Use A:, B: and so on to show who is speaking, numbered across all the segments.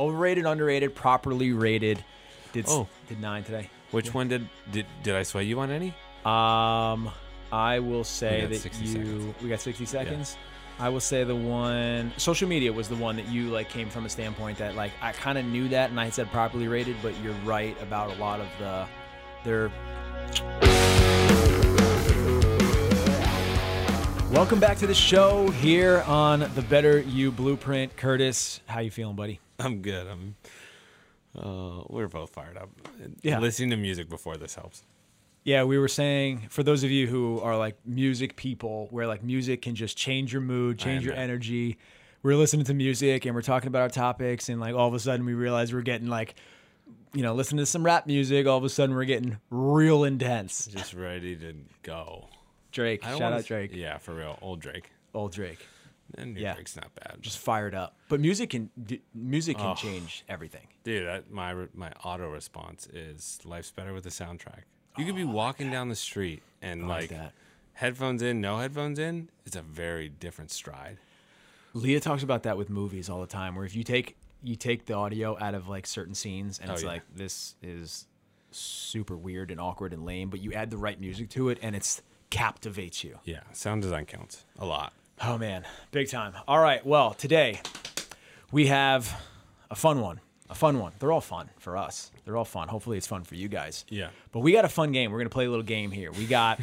A: Overrated, underrated, properly rated. Did s-
B: Oh.
A: did nine today.
B: Which one did did did I sway you on any?
A: Um, I will say
B: got
A: that
B: 60
A: you.
B: seconds.
A: We got sixty seconds. I will say the one social media was the one that you like came from a standpoint that like I kind of knew that and I said properly rated, but you're right about a lot of the their. Welcome back to the show here on the Better You Blueprint. Curtis, how you feeling, buddy?
B: I'm good. I'm. Uh, we're both fired up.
A: Yeah.
B: Listening to music before this helps.
A: Yeah, we were saying for those of you who are like music people, where like music can just change your mood, change
B: am
A: your
B: that.
A: energy. We're listening to music and we're talking about our topics, and like all of a sudden we realize we're getting like, you know, listening to some rap music. All of a sudden we're getting real intense.
B: Just ready to go.
A: Drake,
B: I don't
A: shout
B: wanna
A: out
B: s-
A: Drake,
B: Yeah, for real. Old Drake.
A: old Drake,
B: And new
A: Yeah.
B: Drake's not bad.
A: just
B: Just
A: fired up. But music can d- music can change everything.
B: dude, I, my re- my auto response is life's better with a soundtrack. You could be walking down the street and
A: Oh, like
B: like,
A: that.
B: headphones in, no headphones in. It's a very different stride.
A: Leah talks about that with movies all the time, where if you take you take the audio out of like certain scenes, and
B: Oh,
A: it's
B: yeah.
A: like this is super weird and awkward and lame, but you add the right music to it, and it's captivates you.
B: Yeah, sound design counts a lot.
A: Oh man, big time! All right, well today we have a fun one, a fun one. They're all fun for us. They're all fun. Hopefully, it's fun for you guys.
B: Yeah.
A: But we got a fun game. We're gonna play a little game here. We got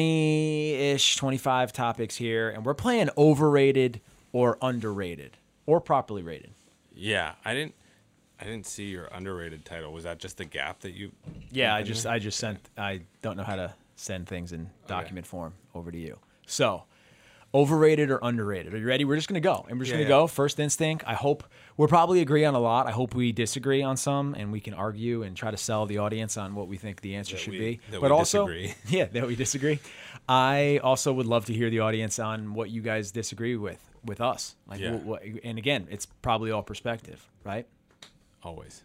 A: twenty-ish, twenty-five topics here, and we're playing overrated or underrated or properly rated.
B: Yeah, I didn't. I didn't see your underrated title. Was that just the gap that you?
A: Yeah, I just I just sent I don't know how to send things in document form over to you. So, overrated or underrated? Are you ready? We're just gonna go. And we're just
B: Yeah,
A: gonna
B: yeah.
A: go. First instinct. I hope we'll probably agree on a lot. I hope we disagree on some and we can argue and try to sell the audience on what we think the answer should
B: we-
A: be.
B: that
A: but
B: we
A: also
B: disagree.
A: Yeah, that we disagree. I also would love to hear the audience on what you guys disagree with with us. Like
B: Yeah.
A: wh- what, and again, it's probably all perspective, right?
B: Always.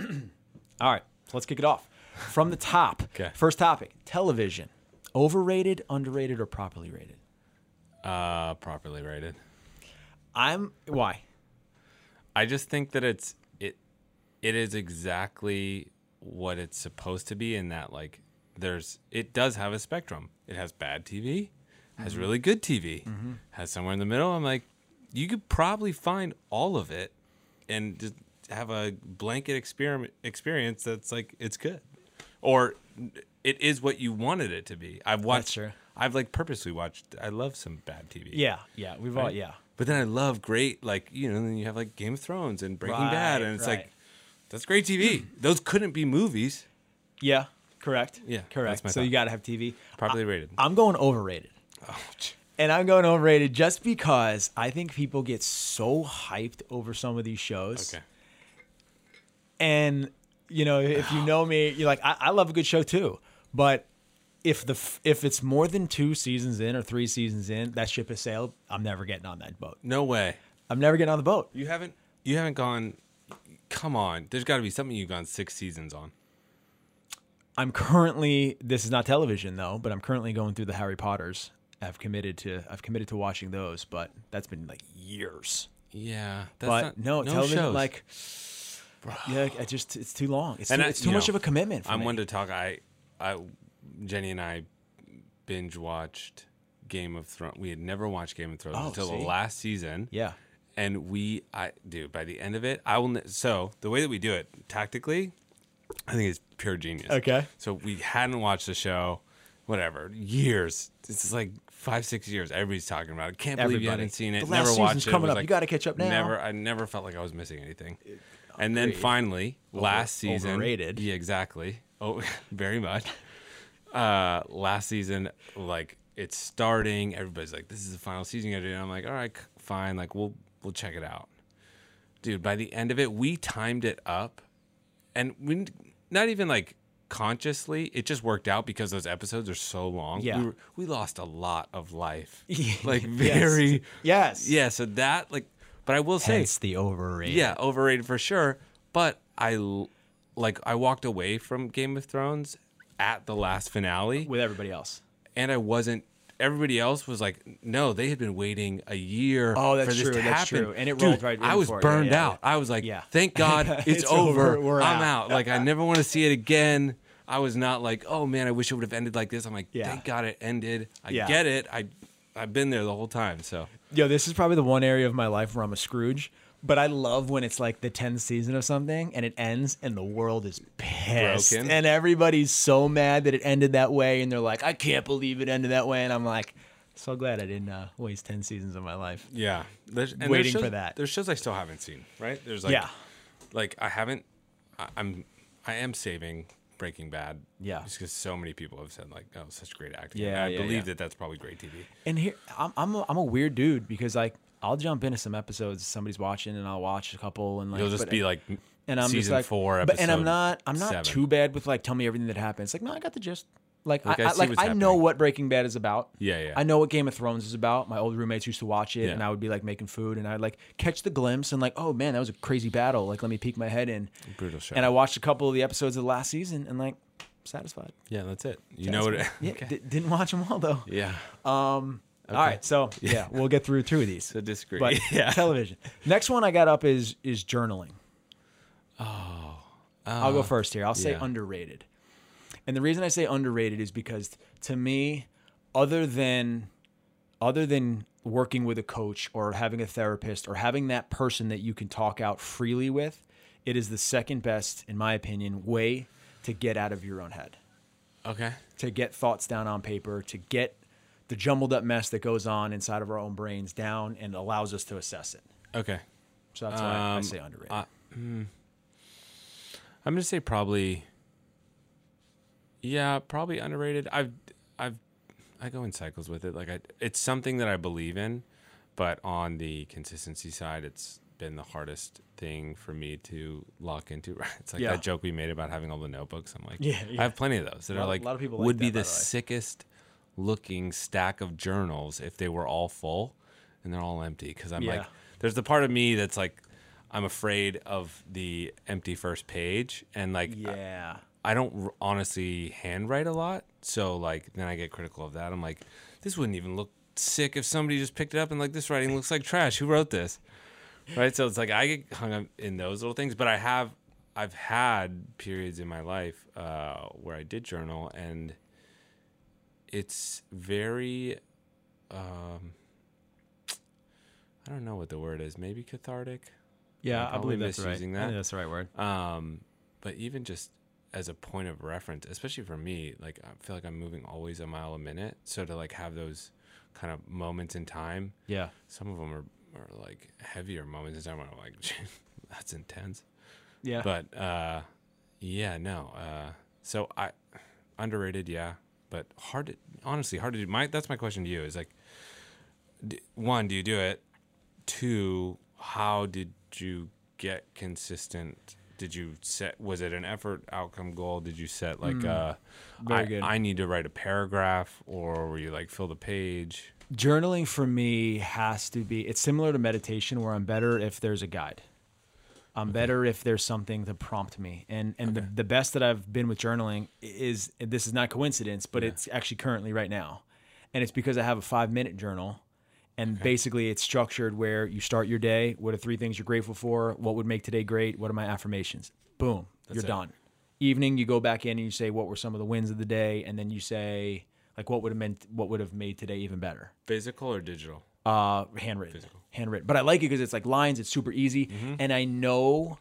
A: All right, so let's kick it off from the top.
B: 'Kay.
A: First topic: television, overrated, underrated, or properly rated?
B: Uh, properly rated.
A: I'm why?
B: I just think that it's it it is exactly what it's supposed to be in that like there's it does have a spectrum. It has bad TV,
A: Mm-hmm.
B: has really good TV, has somewhere in the middle. I'm like, you could probably find all of it and just have a blanket experiment experience that's like it's good. Or it is what you wanted it to be. I've watched
A: true.
B: I've like purposely watched I love some bad TV.
A: Yeah, yeah, we've all
B: Right?
A: Oh, yeah.
B: But then I love great, like you know, then you have like Game of Thrones and Breaking
A: Right,
B: Bad, and it's
A: right. Hmm.
B: like that's great TV. Those couldn't be movies.
A: Yeah, correct.
B: Yeah,
A: correct.
B: that's my
A: So you
B: thought.
A: got to have TV.
B: Properly rated.
A: I'm going overrated,
B: Oh, ch-
A: and I'm going overrated just because I think people get so hyped over some of these shows.
B: okay.
A: and you know if you know me you're like I, I love a good show too but if the f- if it's more than two seasons in or three seasons in that ship has sailed i'm never getting on that boat
B: No way.
A: i'm never getting on the boat
B: You haven't. You haven't gone. Come on. There's got to be something you've gone six seasons on.
A: i'm currently this is not television though but i'm currently going through the harry potters i've committed to i've committed to watching those but that's been like years
B: Yeah. That's
A: but
B: not-
A: no, television
B: shows.
A: like yeah i just it's too long it's
B: And
A: too,
B: I-
A: it's
B: you
A: too much
B: know,
A: of a commitment for
B: I'm
A: me.
B: one to talk. I, I, Jenny and I binge watched Game of Thrones. We had never watched Game of Thrones
A: Oh,
B: until
A: see?
B: the last season.
A: yeah
B: and we i dude by the end of it i will ne- so the way that we do it tactically i think it's pure genius
A: Okay.
B: so we hadn't watched the show whatever years this is like five six years everybody's talking about it can't believe you
A: Everybody.
B: haven't seen it
A: The last
B: never watched
A: season's
B: it
A: coming
B: It was
A: up. You
B: like-
A: gotta catch up now.
B: never i never felt like i was missing anything and then
A: Agreed.
B: finally last season
A: overrated.
B: yeah exactly oh very much uh last season like it's starting everybody's like this is the final season you gotta do and i'm like all right c- fine like we'll we'll check it out dude by the end of it we timed it up and we not even like consciously it just worked out because those episodes are so long
A: Yeah.
B: we, were, we lost a lot of life
A: Yes.
B: like very
A: yes
B: yeah so that like but i will say
A: it's the overrated
B: yeah, overrated for sure. But I l- like I walked away from Game of Thrones at the last finale,
A: with everybody else
B: and I wasn't everybody else was like, no, they had been waiting a year.
A: Oh, that's
B: for this
A: true,
B: To
A: that's
B: happen.
A: true. And it
B: Dude,
A: rolled right
B: I
A: in
B: was
A: for it. Yeah,
B: burned
A: yeah,
B: out. I was like,
A: Yeah.
B: thank God
A: It's
B: it's, over.
A: over. We're
B: I'm out.
A: out.
B: Like I never want to see it again. I was not like, oh man, I wish it would have ended like this. I'm like,
A: Yeah.
B: thank God it ended. I
A: Yeah.
B: get it. I I've been there the whole time. So
A: Yo, this is probably the one area of my life where I'm a Scrooge. But I love when it's like the 10th season of something and it ends and the world is pissed.
B: Broken.
A: And everybody's so mad that it ended that way. And they're like, I can't believe it ended that way. And I'm like, so glad I didn't uh, waste 10 seasons of my life.
B: yeah, there's, and there's
A: Waiting for
B: shows-
A: that.
B: There's shows I still haven't seen. Right? There's like,
A: Yeah.
B: like I haven't. I, I'm I am saving Breaking Bad.
A: Yeah.
B: just because so many people have said like, oh, such great acting.
A: Yeah,
B: I
A: yeah,
B: believe
A: yeah.
B: that that's probably great TV.
A: And here, I'm, I'm, a, I'm a weird dude because like I'll jump into some episodes somebody's watching and I'll watch a couple. And like,
B: You'll just
A: but-
B: be like,
A: and I'm
B: season
A: just like,
B: four,
A: but-
B: episode
A: and I'm not, I'm not
B: seven.
A: too bad with like, tell me everything that happens. Like, no, I got the gist. Like,
B: Like, I
A: I, I,
B: see
A: like,
B: what's
A: I know
B: happening.
A: what Breaking Bad is about.
B: Yeah, yeah.
A: I know what Game of Thrones is about. My old roommates used to watch it,
B: Yeah.
A: and I would be like making food, and I'd like catch the glimpse and like, oh man, that was a crazy battle. Like, let me peek my head in.
B: Brutal show.
A: And I watched a couple of the episodes of the last season, and like, satisfied.
B: Yeah, that's it. You know what? It,
A: Yeah, di- didn't watch them all though.
B: yeah.
A: All right, so yeah, we'll get through two of these.
B: So disagree.
A: But
B: yeah.
A: television. Next one I got up is is journaling. Oh, I'll go first here. I'll say
B: Uh, yeah.
A: underrated, and the reason I say underrated is because to me, other than other than working with a coach or having a therapist or having that person that you can talk out freely with, it is the second best, in my opinion, way to get out of your own head
B: Okay.
A: to get thoughts down on paper, to get the jumbled up mess that goes on inside of our own brains down and allows us to assess it.
B: Okay.
A: So that's why I
B: Um,
A: say underrated.
B: I- I'm gonna say probably. Yeah, probably underrated. I've, I've, I go in cycles with it. Like I, it's something that I believe in, but on the consistency side, it's been the hardest thing for me to lock into. It's like
A: Yeah.
B: that joke we made about having all the notebooks. I'm like,
A: Yeah, yeah.
B: I have plenty of those that
A: lot-
B: are like
A: a lot of people like
B: would be
A: that, by the
B: the
A: way.
B: sickest looking stack of journals if they were all full and they're all empty because I'm like
A: Yeah.
B: there's the part of me that's like I'm afraid of the empty first page and like I-
A: yeah.
B: I don't r- honestly handwrite a lot so like then I get critical of that I'm like this wouldn't even look sick if somebody just picked it up and like this writing looks like trash who wrote this right so it's like I get hung up in those little things but I have I've had periods in my life uh, where I did journal and it's very um i don't know what the word is maybe cathartic
A: Yeah,
B: I'm
A: I believe
B: probably
A: that's right.
B: misusing
A: I
B: that.
A: think that's the right word.
B: um but even just as a point of reference especially for me like i feel like i'm moving always a mile a minute so to like have those kind of moments in time
A: Yeah.
B: some of them are, are like heavier moments in time where i'm like that's intense
A: Yeah.
B: but uh yeah no uh so i underrated yeah but hard to, honestly hard to do my that's my question to you is like d- one do you do it two how did you get consistent did you set was it an effort outcome goal did you set like uh
A: Mm-hmm. Very
B: I,
A: good.
B: I need to write a paragraph or were you like fill the page
A: Journaling for me has to be it's similar to meditation where I'm better if there's a guide. I'm better if there's something to prompt me. And and the, the best that I've been with journaling is and this is not coincidence, but it's actually currently right now. And it's because I have a five minute journal and basically it's structured where you start your day, what are three things you're grateful for, what would make today great, what are my affirmations? Boom. you're
B: it.
A: done. Evening you go back in and you say what were some of the wins of the day and then you say like what would have meant what would have made today even better
B: physical or digital
A: uh, handwritten, handwritten. But I like it because it's like lines. It's super easy,
B: Mm-hmm.
A: and I know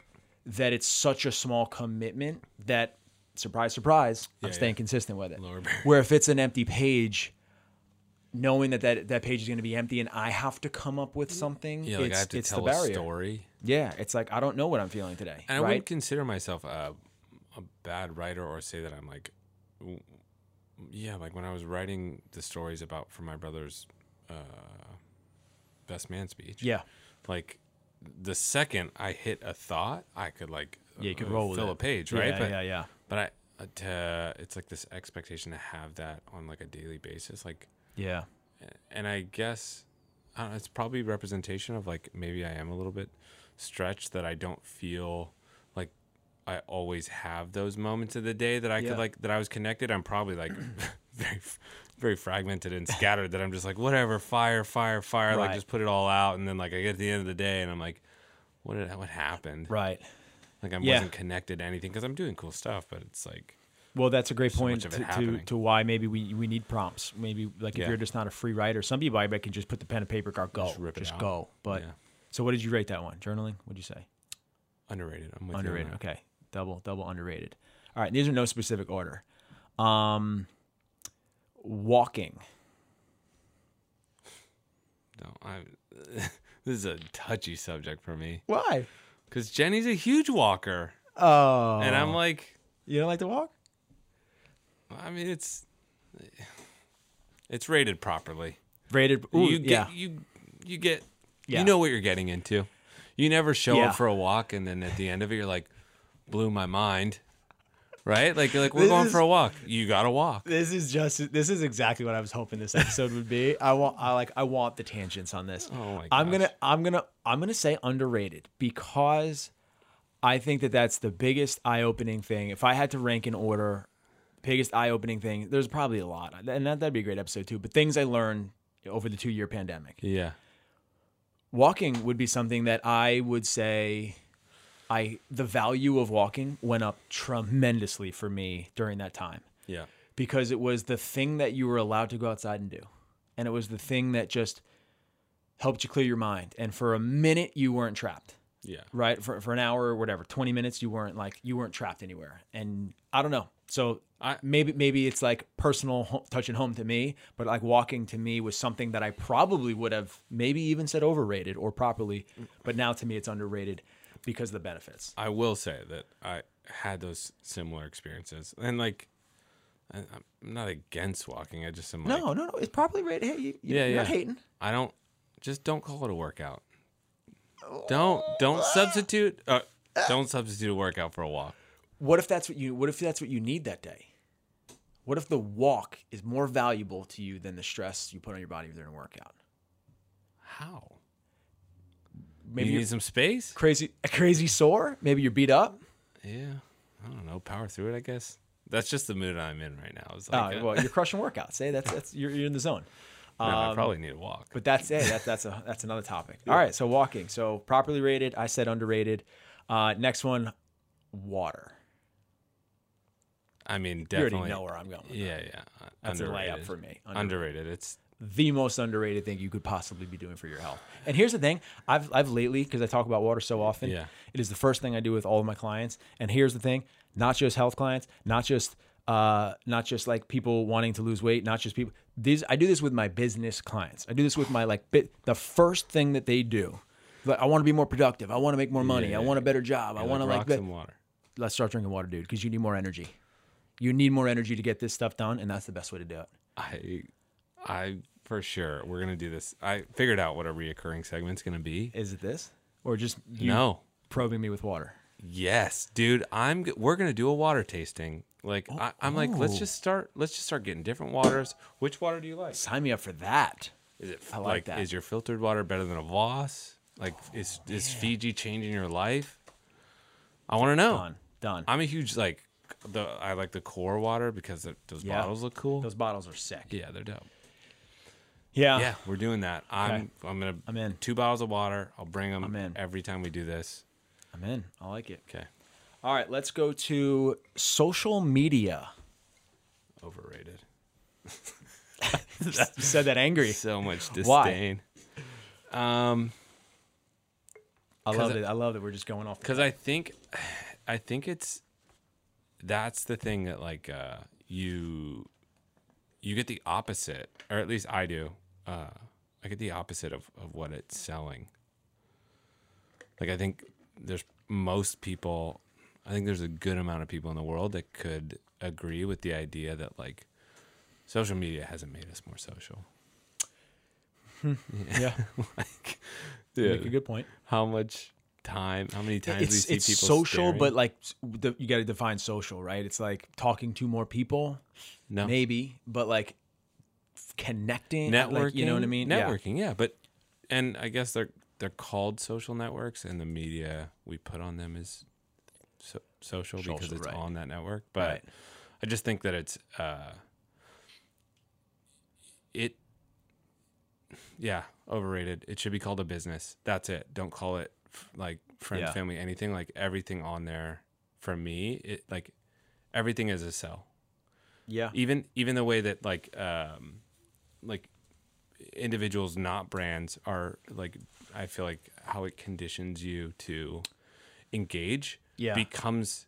A: that it's such a small commitment that surprise, surprise, I'm
B: Yeah,
A: staying
B: yeah.
A: consistent with it.
B: Lower barrier.
A: Where if it's an empty page, knowing that that, that page is going to be empty, and I have to come up with something,
B: yeah like
A: it's,
B: i have to
A: it's
B: tell
A: the
B: a
A: barrier.
B: story
A: Yeah, it's like I don't know what I'm feeling today,
B: And I
A: right?
B: wouldn't consider myself a, a bad writer or say that I'm like, w- yeah, like when I was writing the stories about for my brother's uh, best man speech.
A: yeah,
B: Like the second I hit a thought, I could like
A: Yeah, you could
B: uh,
A: roll with
B: fill
A: it.
B: a page, right?
A: Yeah,
B: but,
A: yeah, yeah.
B: But I, uh, to, it's like this expectation to have that on like a daily basis, like
A: yeah,
B: and I guess I don't know, it's probably representation of like maybe I am a little bit stretched that I don't feel like I always have those moments of the day that I
A: Yeah.
B: could like that I was connected. I'm probably like very very fragmented and scattered that I'm just like whatever fire fire fire like
A: Right.
B: just put it all out and then like I get to the end of the day and I'm like what did, what happened
A: Right.
B: like I
A: Yeah.
B: wasn't connected to anything because I'm doing cool stuff but it's like
A: Well, that's a great point
B: much of it
A: to, to,
B: happening.
A: to why maybe we, we need prompts. Maybe like if
B: Yeah.
A: you're just not a free writer, some people I bet can just put the pen and paper, go, go, just,
B: rip it out.
A: go. But
B: Yeah.
A: so, what did you rate that one? Journaling? What'd you say?
B: underrated I'm with you
A: Underrated.
B: on that.
A: Okay. Double, double underrated. All right. These are no specific order. Um, walking.
B: no I this is a touchy subject for me
A: Why?
B: because Jenny's a huge walker
A: Oh,
B: and I'm like
A: you don't like to walk?
B: I mean it's it's rated properly
A: Rated. Ooh,
B: you
A: yeah.
B: get you you get
A: Yeah.
B: you know what you're getting into. You never show
A: Yeah.
B: up for a walk and then at the end of it you're like blew my mind. Right? Like you're like we're
A: This
B: going
A: is-
B: for a walk. You got to walk.
A: This is just this is exactly what I was hoping this episode would be. I want I like I want the tangents on this.
B: Oh my
A: I'm gonna
B: gosh.
A: I'm gonna I'm gonna say underrated because I think that that's the biggest eye opening thing. If I had to rank in order, biggest eye opening thing, there's probably a lot, and that, that'd be a great episode too. But things I learned over the two year pandemic,
B: Yeah.
A: walking would be something that I would say. I the value of walking went up tremendously for me during that time
B: Yeah.
A: because it was the thing that you were allowed to go outside and do. And it was the thing that just helped you clear your mind. And for a minute, you weren't trapped,
B: Yeah.
A: right? For, for an hour or whatever, 20 minutes, you weren't like, you weren't trapped anywhere. And I don't know. So
B: I-
A: maybe, maybe it's like personal ho- touch and home to me, but like walking to me was something that I probably would have maybe even said overrated or properly. But now to me, it's underrated because of the benefits.
B: I will say that I had those similar experiences. And like I, I'm not against walking. I just am like
A: No, no, no. It's properly rated. Hey, you, you,
B: Yeah,
A: are not
B: yeah.
A: hating.
B: I don't just don't call it a workout. Don't don't substitute uh, don't substitute a workout for a walk.
A: what if that's what you what if that's what you need that day what if the walk is more valuable to you than the stress you put on your body during a workout
B: How?
A: maybe
B: you
A: you're
B: need some space?
A: crazy crazy sore maybe you're beat up
B: Yeah, I don't know. Power through it, I guess. That's just the mood I'm in right now. It's
A: oh
B: like, uh,
A: well you're crushing workouts hey that's that's you're, you're in the zone
B: man, I probably need a walk.
A: um, but that's hey, that, that's a that's another topic all right so walking so properly rated i said underrated uh next one water
B: I mean,
A: you
B: definitely.
A: already know where i'm going with
B: yeah, yeah. uh,
A: That's a layup
B: underrated.
A: for me. Under-
B: Underrated. It's
A: the most underrated thing you could possibly be doing for your health. And here's the thing, I've I've lately because I talk about water so often,
B: Yeah.
A: it is the first thing I do with all of my clients. And here's the thing, not just health clients, not just uh, not just like people wanting to lose weight, not just people. These I do this with my business clients. I do this with my like bit. The first thing that they do, like I want to be more productive. I want to make more money. I
B: yeah,
A: want a better job. I
B: I
A: want to like.
B: rock
A: be-
B: some water.
A: Let's start drinking water, dude, because you need more energy. You need more energy to get this stuff done, and that's the best way to do it.
B: I, I for sure we're gonna do this. I figured out what a reoccurring segment's gonna be.
A: Is it this, or just you
B: no.
A: probing me with water?
B: Yes, dude. I'm. g- We're gonna do a water tasting. Like I, I'm like,
A: Oh.
B: let's just start. Let's just start getting different waters. Which water do you like?
A: Sign me up for that.
B: Is it
A: I
B: I
A: like
B: like,
A: that. Oh,
B: Is your filtered water better than a Voss? Like is is Fiji changing your life? I want to know.
A: Done. Done.
B: I'm a huge like the I like the core water because it, those
A: Yeah.
B: bottles look cool.
A: Those bottles are sick.
B: yeah, they're dope.
A: Yeah.
B: yeah, we're doing that. I'm I'm gonna
A: I'm in.
B: two bottles of water. I'll bring them
A: I'm in.
B: every time we do this.
A: I'm in. I like it.
B: Okay,
A: All right, let's go to social media.
B: overrated.
A: You said that angry.
B: So much
A: Why?
B: disdain. Um,
A: I love
B: I-
A: it. I love that we're just going off.
B: because I think, I think it's that's the thing that like uh, you you get the opposite, or at least I do. Uh, I get the opposite of of what it's selling. Like I think there's most people. I think there's a good amount of people in the world that could agree with the idea that like social media hasn't made us more social.
A: yeah,
B: like,
A: make a
B: dude,
A: good point.
B: how much time? How many times
A: It's
B: we
A: it's
B: see people
A: social,
B: staring?
A: but like s- the, you got to define social, right? It's like talking to more people,
B: no.
A: maybe, but like f- connecting,
B: networking.
A: like, you know what I mean? Yeah.
B: Networking, yeah. But and I guess they're they're called social networks, and the media we put on them is so, social, because
A: Social,
B: it's
A: right.
B: on that network. But
A: Right.
B: I just think that it's uh, it yeah overrated it should be called a business that's it don't call it f- like friends
A: Yeah.
B: family anything like everything on there for me it like everything is a sell
A: Yeah.
B: even even the way that like um like individuals not brands are like i feel like how it conditions you to engage
A: Yeah.
B: becomes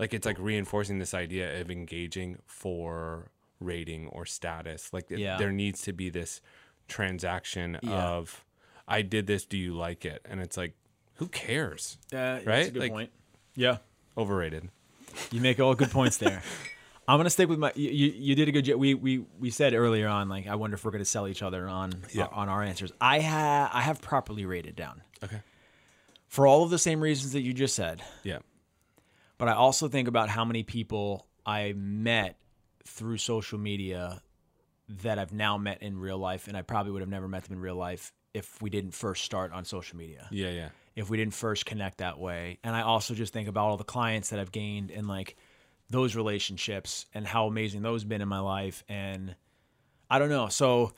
B: like it's like reinforcing this idea of engaging for rating or status like it-
A: Yeah.
B: there needs to be this transaction
A: Yeah.
B: of i did this do you like it and it's like who cares
A: Yeah,
B: Right? good Like- point.
A: Yeah.
B: overrated
A: You make all good points there. I'm gonna stick with my. You, you you did a good job. We we we said earlier on, like I wonder if we're gonna sell each other on
B: Yeah.
A: on our answers. I ha I have properly rated down
B: okay
A: for all of the same reasons that you just said.
B: yeah
A: But I also think about how many people I met through social media that I've now met in real life, and I probably would have never met them in real life if we didn't first start on social media
B: yeah yeah
A: if we didn't first connect that way. And I also just think about all the clients that I've gained and like those relationships and how amazing those been in my life. And I don't know. So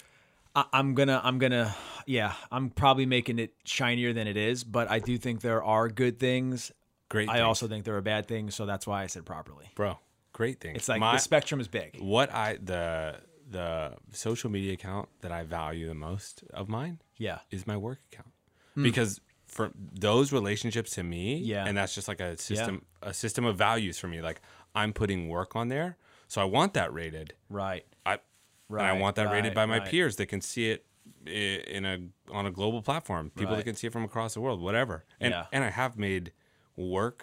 A: I, I'm gonna, I'm gonna, yeah, I'm probably making it shinier than it is, but I do think there are good things.
B: great
A: I
B: things.
A: also think there are bad things. So that's why I said properly.
B: bro great thing
A: It's like the spectrum is big.
B: what I the the social media account that I value the most of mine
A: Yeah.
B: is my work account because for those relationships to me,
A: Hmm. Yeah.
B: and that's just like a system a system of values for me. Like I'm putting work on there, so I want that rated.
A: Right.
B: I and
A: Right,
B: I want that
A: right,
B: rated by my
A: right.
B: peers that can see it i- in a on a global platform. People
A: Right.
B: that can see it from across the world, whatever. And
A: Yeah.
B: and I have made work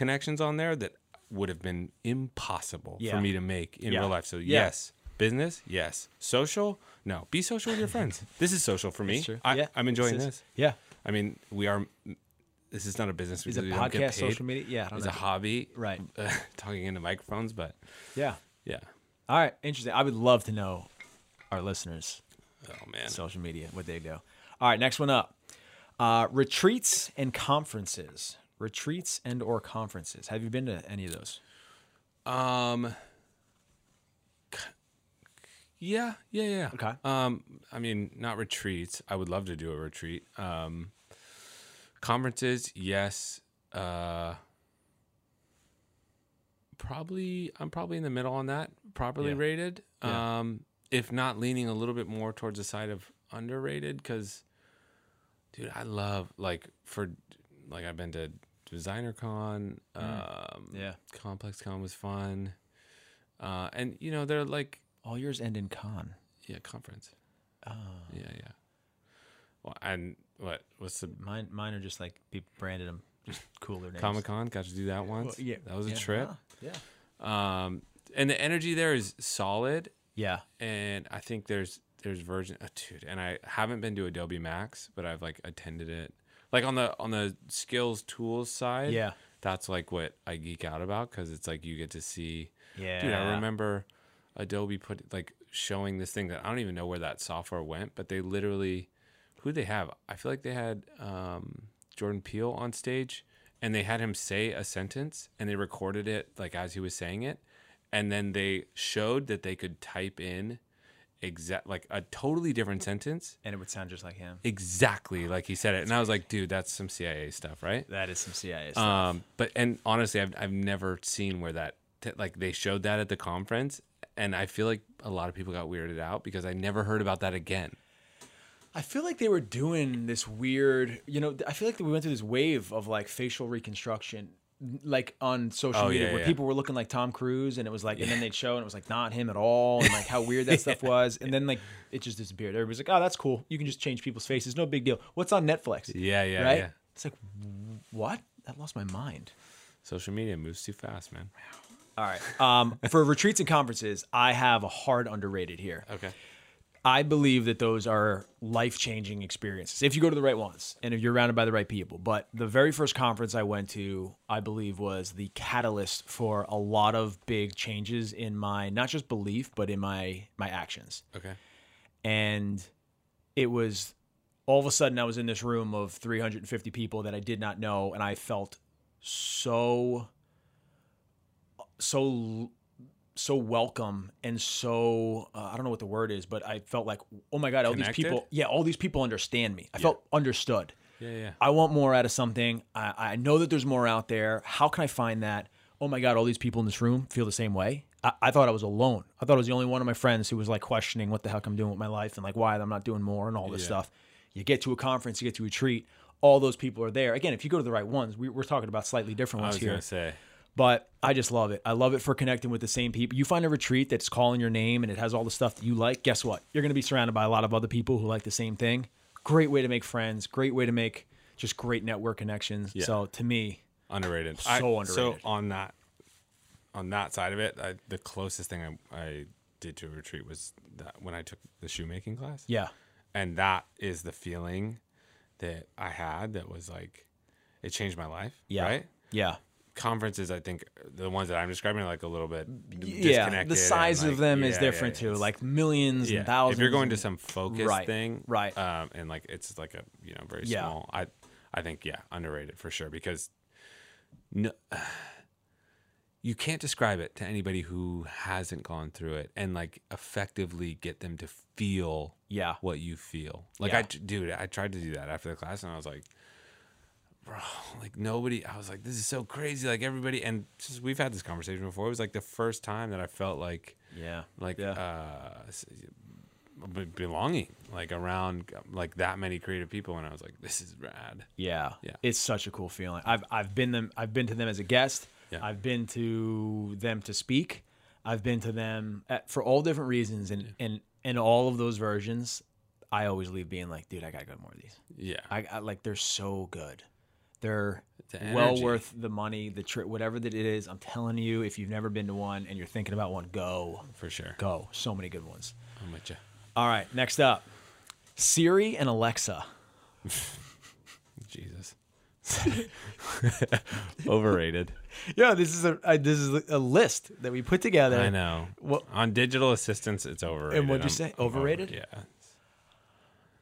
B: connections on there that would have been impossible
A: Yeah.
B: for me to make in
A: Yeah.
B: real life. So
A: Yeah.
B: yes, business, yes. Social, no. Be social with your friends. this is social for me. I,
A: Yeah.
B: I'm enjoying
A: This
B: this.
A: is- Yeah.
B: I mean, we are. This is not a business.
A: Is it
B: we don't get
A: podcast,
B: paid.
A: social media? Yeah. I don't
B: It's
A: know.
B: a hobby.
A: Right.
B: talking into microphones, but
A: Yeah.
B: yeah.
A: All right. Interesting. I would love to know our listeners.
B: Oh man.
A: social media what they go. All right, next one up. Uh, retreats and conferences. Retreats and or conferences. Have you been to any of those?
B: Um. k- Yeah, yeah, yeah.
A: Okay.
B: Um, I mean, not retreats. I would love to do a retreat. Um, conferences, yes. Uh, probably, I'm probably in the middle on that. Probably
A: Yeah.
B: rated.
A: Yeah.
B: Um, if not leaning a little bit more towards the side of underrated, because, dude, I love like for like I've been to Designer Con. Um,
A: Yeah.
B: Complex Con was fun. Uh, and you know, they're like
A: All yours end in con.
B: yeah, conference.
A: Ah.
B: Oh. Yeah, yeah. Well, and what what's the
A: Mine, mine are just like people branded them just cooler names.
B: Comic Con? Got to do that once.
A: yeah,
B: that was a
A: yeah.
B: trip.
A: Ah, yeah.
B: Um, and the energy there is solid,
A: Yeah.
B: and I think there's there's version oh, dude. And I haven't been to Adobe Max, but I've like attended it. Like on the on the skills tools side,
A: Yeah.
B: that's like what I geek out about because it's like you get to see
A: Yeah.
B: Dude, I remember Adobe put like showing this thing that I don't even know where that software went, but they literally who they have? I feel like they had um, Jordan Peele on stage and they had him say a sentence and they recorded it like as he was saying it and then they showed that they could type in exact like a totally different sentence
A: And it would sound just like him.
B: exactly like he said it and I was like, dude, that's some CIA stuff, right?
A: That is some CIA stuff.
B: Um, but and honestly, I've I've never seen where that t- like they showed that at the conference, and I feel like a lot of people got weirded out because I never heard about that again.
A: I feel like they were doing this weird, you know, I feel like we went through this wave of like facial reconstruction, like on social
B: Oh,
A: media,
B: yeah,
A: where
B: yeah.
A: people were looking like Tom Cruise and it was like, and then they'd show and it was like not him at all and like how weird that stuff was. And then like it just disappeared. Everybody's like, oh, that's cool. You can just change people's faces. No big deal. What's on Netflix?
B: Yeah, yeah,
A: right?
B: yeah.
A: It's like, what? That lost my mind.
B: Social media moves too fast, man.
A: All right. Um, for retreats and conferences, I have a hard underrated here.
B: Okay.
A: I believe that those are life changing experiences if you go to the right ones and if you're surrounded by the right people. But the very first conference I went to, I believe, was the catalyst for a lot of big changes in my not just belief but in my my actions.
B: Okay.
A: And it was all of a sudden I was in this room of 350 people that I did not know, and I felt so so so welcome and so uh, I don't know what the word is, but I felt like oh my god, all
B: Connected?
A: these people, yeah, all these people understand me. I felt understood.
B: Yeah, yeah.
A: I want more out of something. I, I know that there's more out there. How can I find that? Oh my god, all these people in this room feel the same way. I, I thought I was alone. I thought I was the only one of my friends who was like questioning what the heck I'm doing with my life and like why I'm not doing more and all this
B: Yeah.
A: stuff. You get to a conference, you get to a retreat. All those people are there. Again, if you go to the right ones, we, we're talking about slightly different
B: I
A: ones
B: was
A: here
B: gonna say.
A: but I just love it. I love it for connecting with the same people. You find a retreat that's calling your name and it has all the stuff that you like. Guess what? You're going to be surrounded by a lot of other people who like the same thing. Great way to make friends. Great way to make just great network connections. So to me,
B: underrated. So So
A: underrated.
B: on that, on that side of it, I, the closest thing I, I did to a retreat was that when I took the shoemaking class.
A: yeah,
B: and that is the feeling that I had that was like, it changed my life.
A: yeah,
B: right.
A: yeah,
B: Conferences, I think the ones that I'm describing are like a little bit d-
A: yeah.
B: disconnected.
A: The size
B: and,
A: of
B: like,
A: them is
B: yeah, yeah,
A: different
B: yeah.
A: too. Like millions
B: Yeah.
A: and thousands.
B: If you're going to
A: and-
B: some focus
A: Right,
B: thing,
A: right.
B: Um, and like it's like a you know very
A: Yeah.
B: small. I I think yeah, underrated for sure because no, you can't describe it to anybody who hasn't gone through it and like effectively get them to feel
A: Yeah.
B: what you feel. Like
A: Yeah.
B: I t- dude, I tried to do that after the class and I was like bro, like nobody I was like this is so crazy like everybody and just, we've had this conversation before. It was like the first time that I felt like
A: yeah,
B: like
A: yeah,
B: uh s- b- belonging like around like that many creative people and i was like this is rad
A: Yeah.
B: Yeah.
A: It's such a cool feeling. I've I've been them I've been to them as a guest.
B: Yeah.
A: I've been to them to speak. I've been to them at, for all different reasons and and and all of those versions I always leave being like, dude, I got to go to more of these.
B: yeah
A: I, I like they're so good. They're
B: The
A: well
B: energy.
A: worth the money, the trip, whatever that it is. I'm telling you, if you've never been to one and you're thinking about one, go.
B: for sure
A: Go. So many good ones.
B: i'm with you
A: All right, next up. Siri and Alexa.
B: jesus overrated
A: Yeah, this is a I, this is a list that we put together.
B: i
A: Uh,
B: know
A: What-
B: on digital assistance it's overrated
A: what'd you
B: I'm-
A: say?
B: I'm
A: Overrated?
B: yeah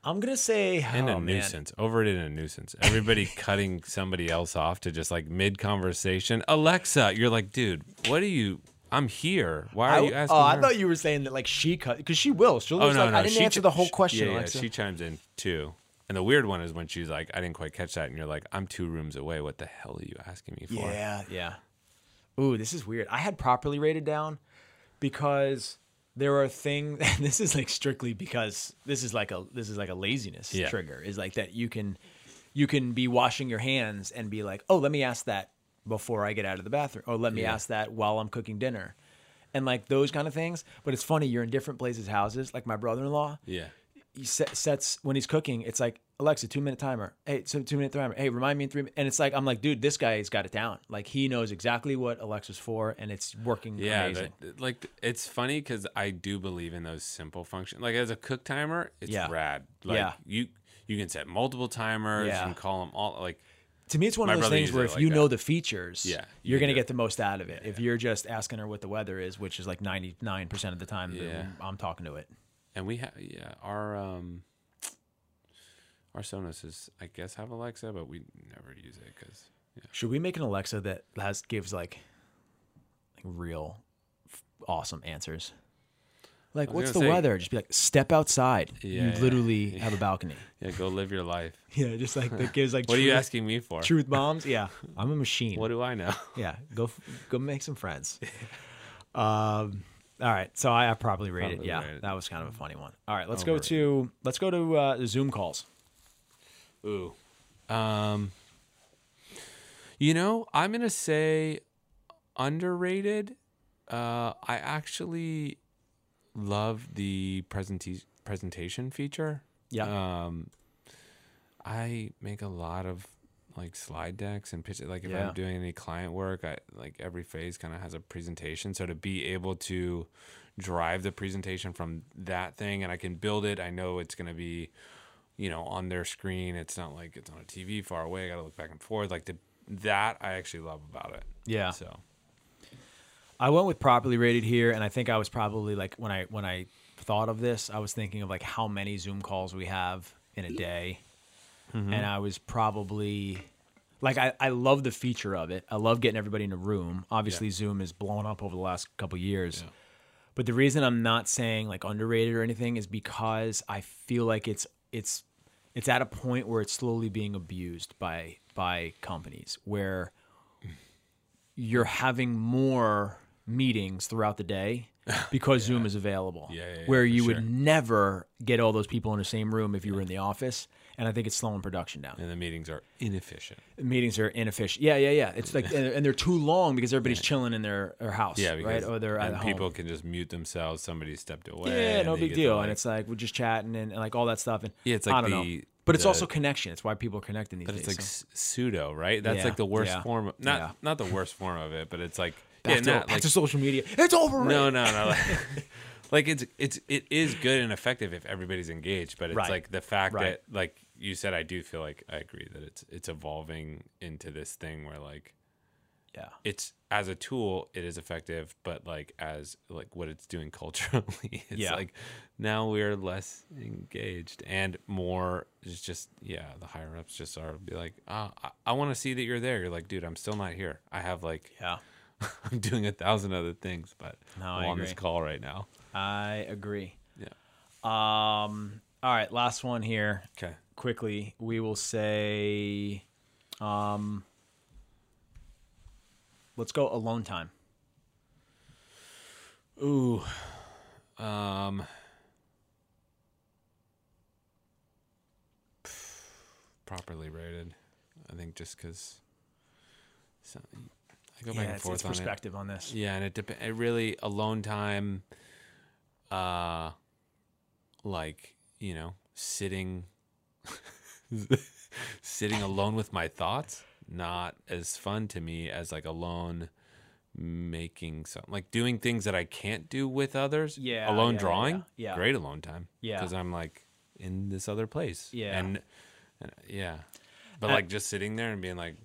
A: I'm gonna say
B: and
A: oh,
B: a
A: man.
B: nuisance overrated and a nuisance everybody cutting somebody else off to just like mid conversation alexa you're like dude what are you i'm here why
A: I,
B: are you asking
A: oh, I
B: her?"
A: thought you were saying that like she cut because she will. She'll
B: Oh
A: just
B: no,
A: like,
B: no,
A: I didn't
B: she
A: answer
B: ch-
A: the whole
B: sh-
A: question.
B: Yeah, yeah,
A: Alexa.
B: she chimes in too. And the weird one is when she's like, "I didn't quite catch that," and you're like, "I'm two rooms away. What the hell are you asking me for?"
A: yeah, yeah. Ooh, this is weird. I had properly rated down because there are things. This is like strictly because this is like a this is like a laziness
B: Yeah.
A: trigger. Is like that you can you can be washing your hands and be like, oh, let me ask that before I get out of the bathroom, or let me
B: Yeah.
A: ask that while I'm cooking dinner, and like those kind of things. But it's funny. You're in different places' houses. Like my brother-in-law
B: Yeah.
A: he set, sets when he's cooking. It's like Alexa, two minute timer. Hey, so two minute timer. Hey, remind me in three. mi-" And it's like I'm like, dude, this guy's got it down. Like he knows exactly what Alexa's for, and it's working
B: Yeah,
A: amazing.
B: that- like it's funny because I do believe in those simple functions. Like as a cook timer, it's
A: Yeah.
B: rad. Like
A: Yeah.
B: you you can set multiple timers.
A: Yeah.
B: You can call them all. Like
A: to me, it's one
B: my
A: of those
B: brother
A: things
B: uses
A: where
B: it
A: if
B: like
A: you
B: that.
A: know the features,
B: Yeah, you
A: you are
B: can
A: gonna
B: do
A: get the most out of it. If you're just asking her what the weather is, which is like 99 percent of the time that
B: Yeah.
A: I'm talking to it.
B: and we have yeah our um our Sonos is I guess have Alexa, but we never use it because
A: Should we make an Alexa that has gives like, like real f- awesome answers? Like,
B: was
A: what's the
B: gonna say-
A: weather? Just be like, step outside.
B: Yeah,
A: you
B: yeah.
A: literally have a balcony.
B: yeah, go live your life.
A: Yeah, just like that gives like
B: What are you
A: truth-
B: asking me for?
A: Truth bombs. Yeah, I'm a machine.
B: What do I know?
A: Yeah, go f- go make some friends. um, all right, so I, I probably rated.
B: Probably
A: yeah,
B: rated.
A: that was kind of a funny one. All right, let's
B: Overrated.
A: go to let's go to uh, the Zoom calls.
B: Ooh. Um You know, I'm going to say underrated. Uh I actually love the presenta- presentation feature.
A: Yeah,
B: Um I make a lot of like slide decks and pitch like if
A: Yeah.
B: I'm doing any client work, I like every phase kind of has a presentation. So to be able to drive the presentation from that thing and I can build it, I know it's going to be you know on their screen. It's not like it's on a TV far away. I got to look back and forth like the that I actually love about it.
A: yeah.
B: So
A: I went with properly rated here, and I think I was probably like when I when I thought of this, I was thinking of like how
B: Mm-hmm.
A: many Zoom calls we have in a day, and I was probably Like I, I love the feature of it. I love getting everybody in a room. Obviously, Zoom is blown up over the last couple years. But the reason I'm not saying like underrated or anything is because I feel like it's it's it's at a point where it's slowly being abused by by companies where
B: Mm.
A: you're having more meetings throughout the day because Zoom is available.
B: Yeah, yeah, yeah,
A: where
B: for
A: you
B: sure.
A: would never get all those people in the same room if you were in the office. And I think it's slowing production down
B: and the meetings are inefficient.
A: meetings are inefficient. Yeah, yeah, yeah. It's like and, and they're too long because everybody's chilling in their, their house,
B: Yeah,
A: right?
B: because
A: Or they're at
B: and people
A: home.
B: can just mute themselves. Somebody stepped away.
A: Yeah,
B: and
A: no
B: they
A: big
B: get to,
A: deal.
B: like-
A: and it's like we're just chatting and, and like all that stuff. And
B: Yeah, it's
A: I
B: like
A: don't know.
B: the-
A: But it's
B: the-
A: also connection. It's why people are connecting these
B: but it's
A: days.
B: like
A: so.
B: s- pseudo, right? That's
A: Yeah,
B: like the worst
A: yeah,
B: form. Of, not
A: yeah.
B: not the worst form of it, but it's like
A: back,
B: yeah,
A: to,
B: not,
A: back
B: like,
A: to social media. It's over.
B: no, no, no. Like, like it's it's it is good and effective if everybody's engaged, but it's
A: Right.
B: like the fact
A: Right.
B: that like you said, I do feel like I agree that it's it's evolving into this thing where like
A: Yeah.
B: it's as a tool it is effective but like as like what it's doing culturally it's
A: Yeah.
B: like now we're less engaged and more it's just yeah the higher ups just are be like ah, i, I want to see that you're there you're like dude i'm still not here i have like
A: Yeah.
B: i'm doing a thousand other things but
A: No,
B: i'm
A: I
B: on this
A: agree.
B: call right now
A: I agree.
B: yeah
A: Um. All right. Last one here.
B: okay
A: Quickly, we will say, um, let's go alone time.
B: ooh um properly rated i think just because i go back
A: yeah, it's,
B: and
A: it's
B: forth on it
A: perspective on this.
B: Yeah, and it depends. It really alone time, uh, like you know, sitting, sitting alone with my thoughts, not as fun to me as like alone making something like doing things that I can't do with others.
A: Yeah,
B: alone
A: yeah, yeah,
B: drawing,
A: yeah.
B: great alone time.
A: Yeah.
B: because I'm like in this other place.
A: Yeah.
B: and, and yeah, but
A: Uh,
B: like just sitting there and being like,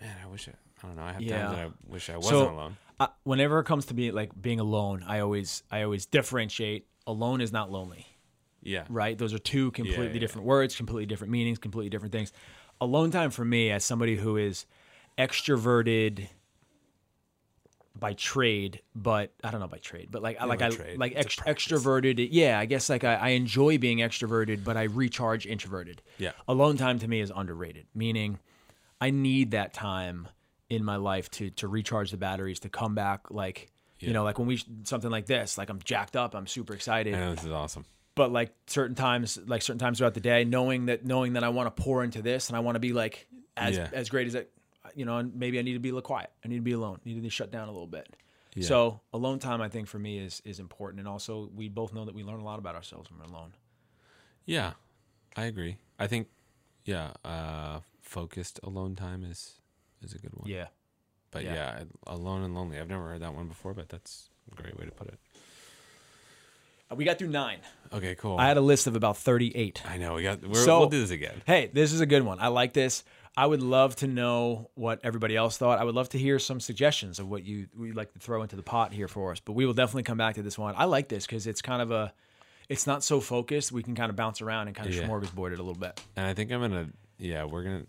B: man, I wish I. I don't know. I have
A: Yeah.
B: times that I wish I wasn't
A: So-
B: alone.
A: I, whenever it comes to being like being alone, I always I always differentiate. Alone is not lonely,
B: Yeah.
A: right? Those are two completely
B: yeah, yeah.
A: different words, completely different meanings, completely different things. Alone time for me, as somebody who is extroverted by trade, but I don't know by trade, but like I like
B: by
A: I
B: trade.
A: like
B: It's a
A: ex- extroverted. Yeah, I guess like I, I enjoy being extroverted, but I recharge introverted.
B: Yeah.
A: alone time to me is underrated. Meaning, I need that time in my life to to recharge the batteries, to come back like. You know, like when we something like this, like I'm jacked up, I'm super excited
B: I know this is awesome.
A: but like certain times like certain times throughout the day knowing that knowing that i want to pour into this and i want to be like as
B: Yeah.
A: as great as it you know and maybe i need to be a little quiet i need to be alone I need to shut down a little bit so alone time i think for me is is important and also we both know that we learn a lot about ourselves when we're alone
B: Yeah, I agree. I think yeah, uh focused alone time is is a good one.
A: yeah
B: But
A: yeah.
B: yeah, I- alone and lonely. I've never heard that one before, but that's a great way to put it.
A: we got through nine
B: Okay, cool.
A: i
B: I,
A: had a list of about 38
B: know we got. We're,
A: So-
B: we'll do this again.
A: Hey, this is a good one. I like this. I would love to know what everybody else thought. I would love to hear some suggestions of what you we like to throw into the pot here for us. But we will definitely come back to this one. I like this because it's kind of a, it's not so focused. We can kind of bounce around and kind of
B: Yeah.
A: smorgasbord it a little bit.
B: And I think I'm gonna. Yeah, we're gonna.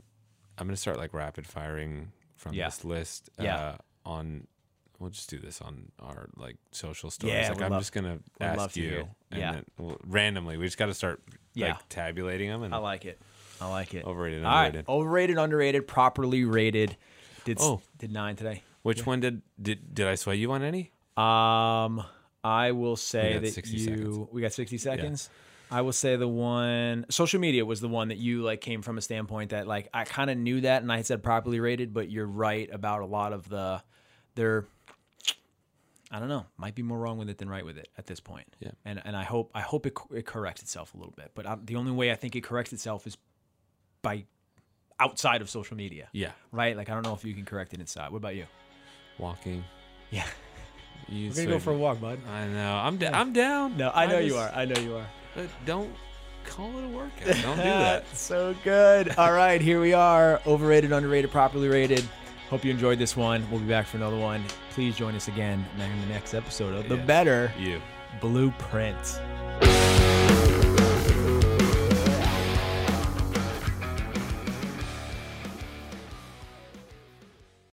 B: I'm gonna start like rapid firing from
A: Yeah.
B: this list.
A: Yeah.
B: Uh, on. We'll just do this on our like social stories.
A: Yeah,
B: like
A: we'd
B: I'm
A: love-
B: just gonna
A: we'd love
B: ask
A: to
B: you,
A: hear it.
B: and
A: Yeah.
B: then we'll, randomly. We just got to start
A: Yeah.
B: like tabulating them and
A: I like it. I like it.
B: Overrated,
A: All right.
B: underrated.
A: Overrated, underrated, properly rated. Did s-
B: Oh.
A: did nine today.
B: Which one did, did did I sway you on any?
A: Um, I will say
B: got
A: that
B: 60
A: you
B: seconds.
A: we got sixty seconds. I will say the one social media was the one that you like came from a standpoint that like I kind of knew that and I said properly rated, but you're right about a lot of the their I don't know might be more wrong with it than right with it at this point.
B: Yeah.
A: and and I hope I hope it, co- it corrects itself a little bit, but I, the only way I think it corrects itself is by outside of social media.
B: Yeah,
A: Right, like I don't know if you can correct it inside. What about you?
B: walking.
A: Yeah,
B: You
A: we're gonna go
B: swayed
A: for a
B: me.
A: walk, bud.
B: I know. I'm d I'm down.
A: No, I know you are.
B: just-
A: I know you are.
B: uh, Don't call it a workout. Don't do that.
A: so good. All right, here we are. Overrated, underrated, properly rated. Hope you enjoyed this one. We'll be back for another one. Please join us again in the next episode of The
B: Yeah.
A: Better
B: You.
A: Blueprint.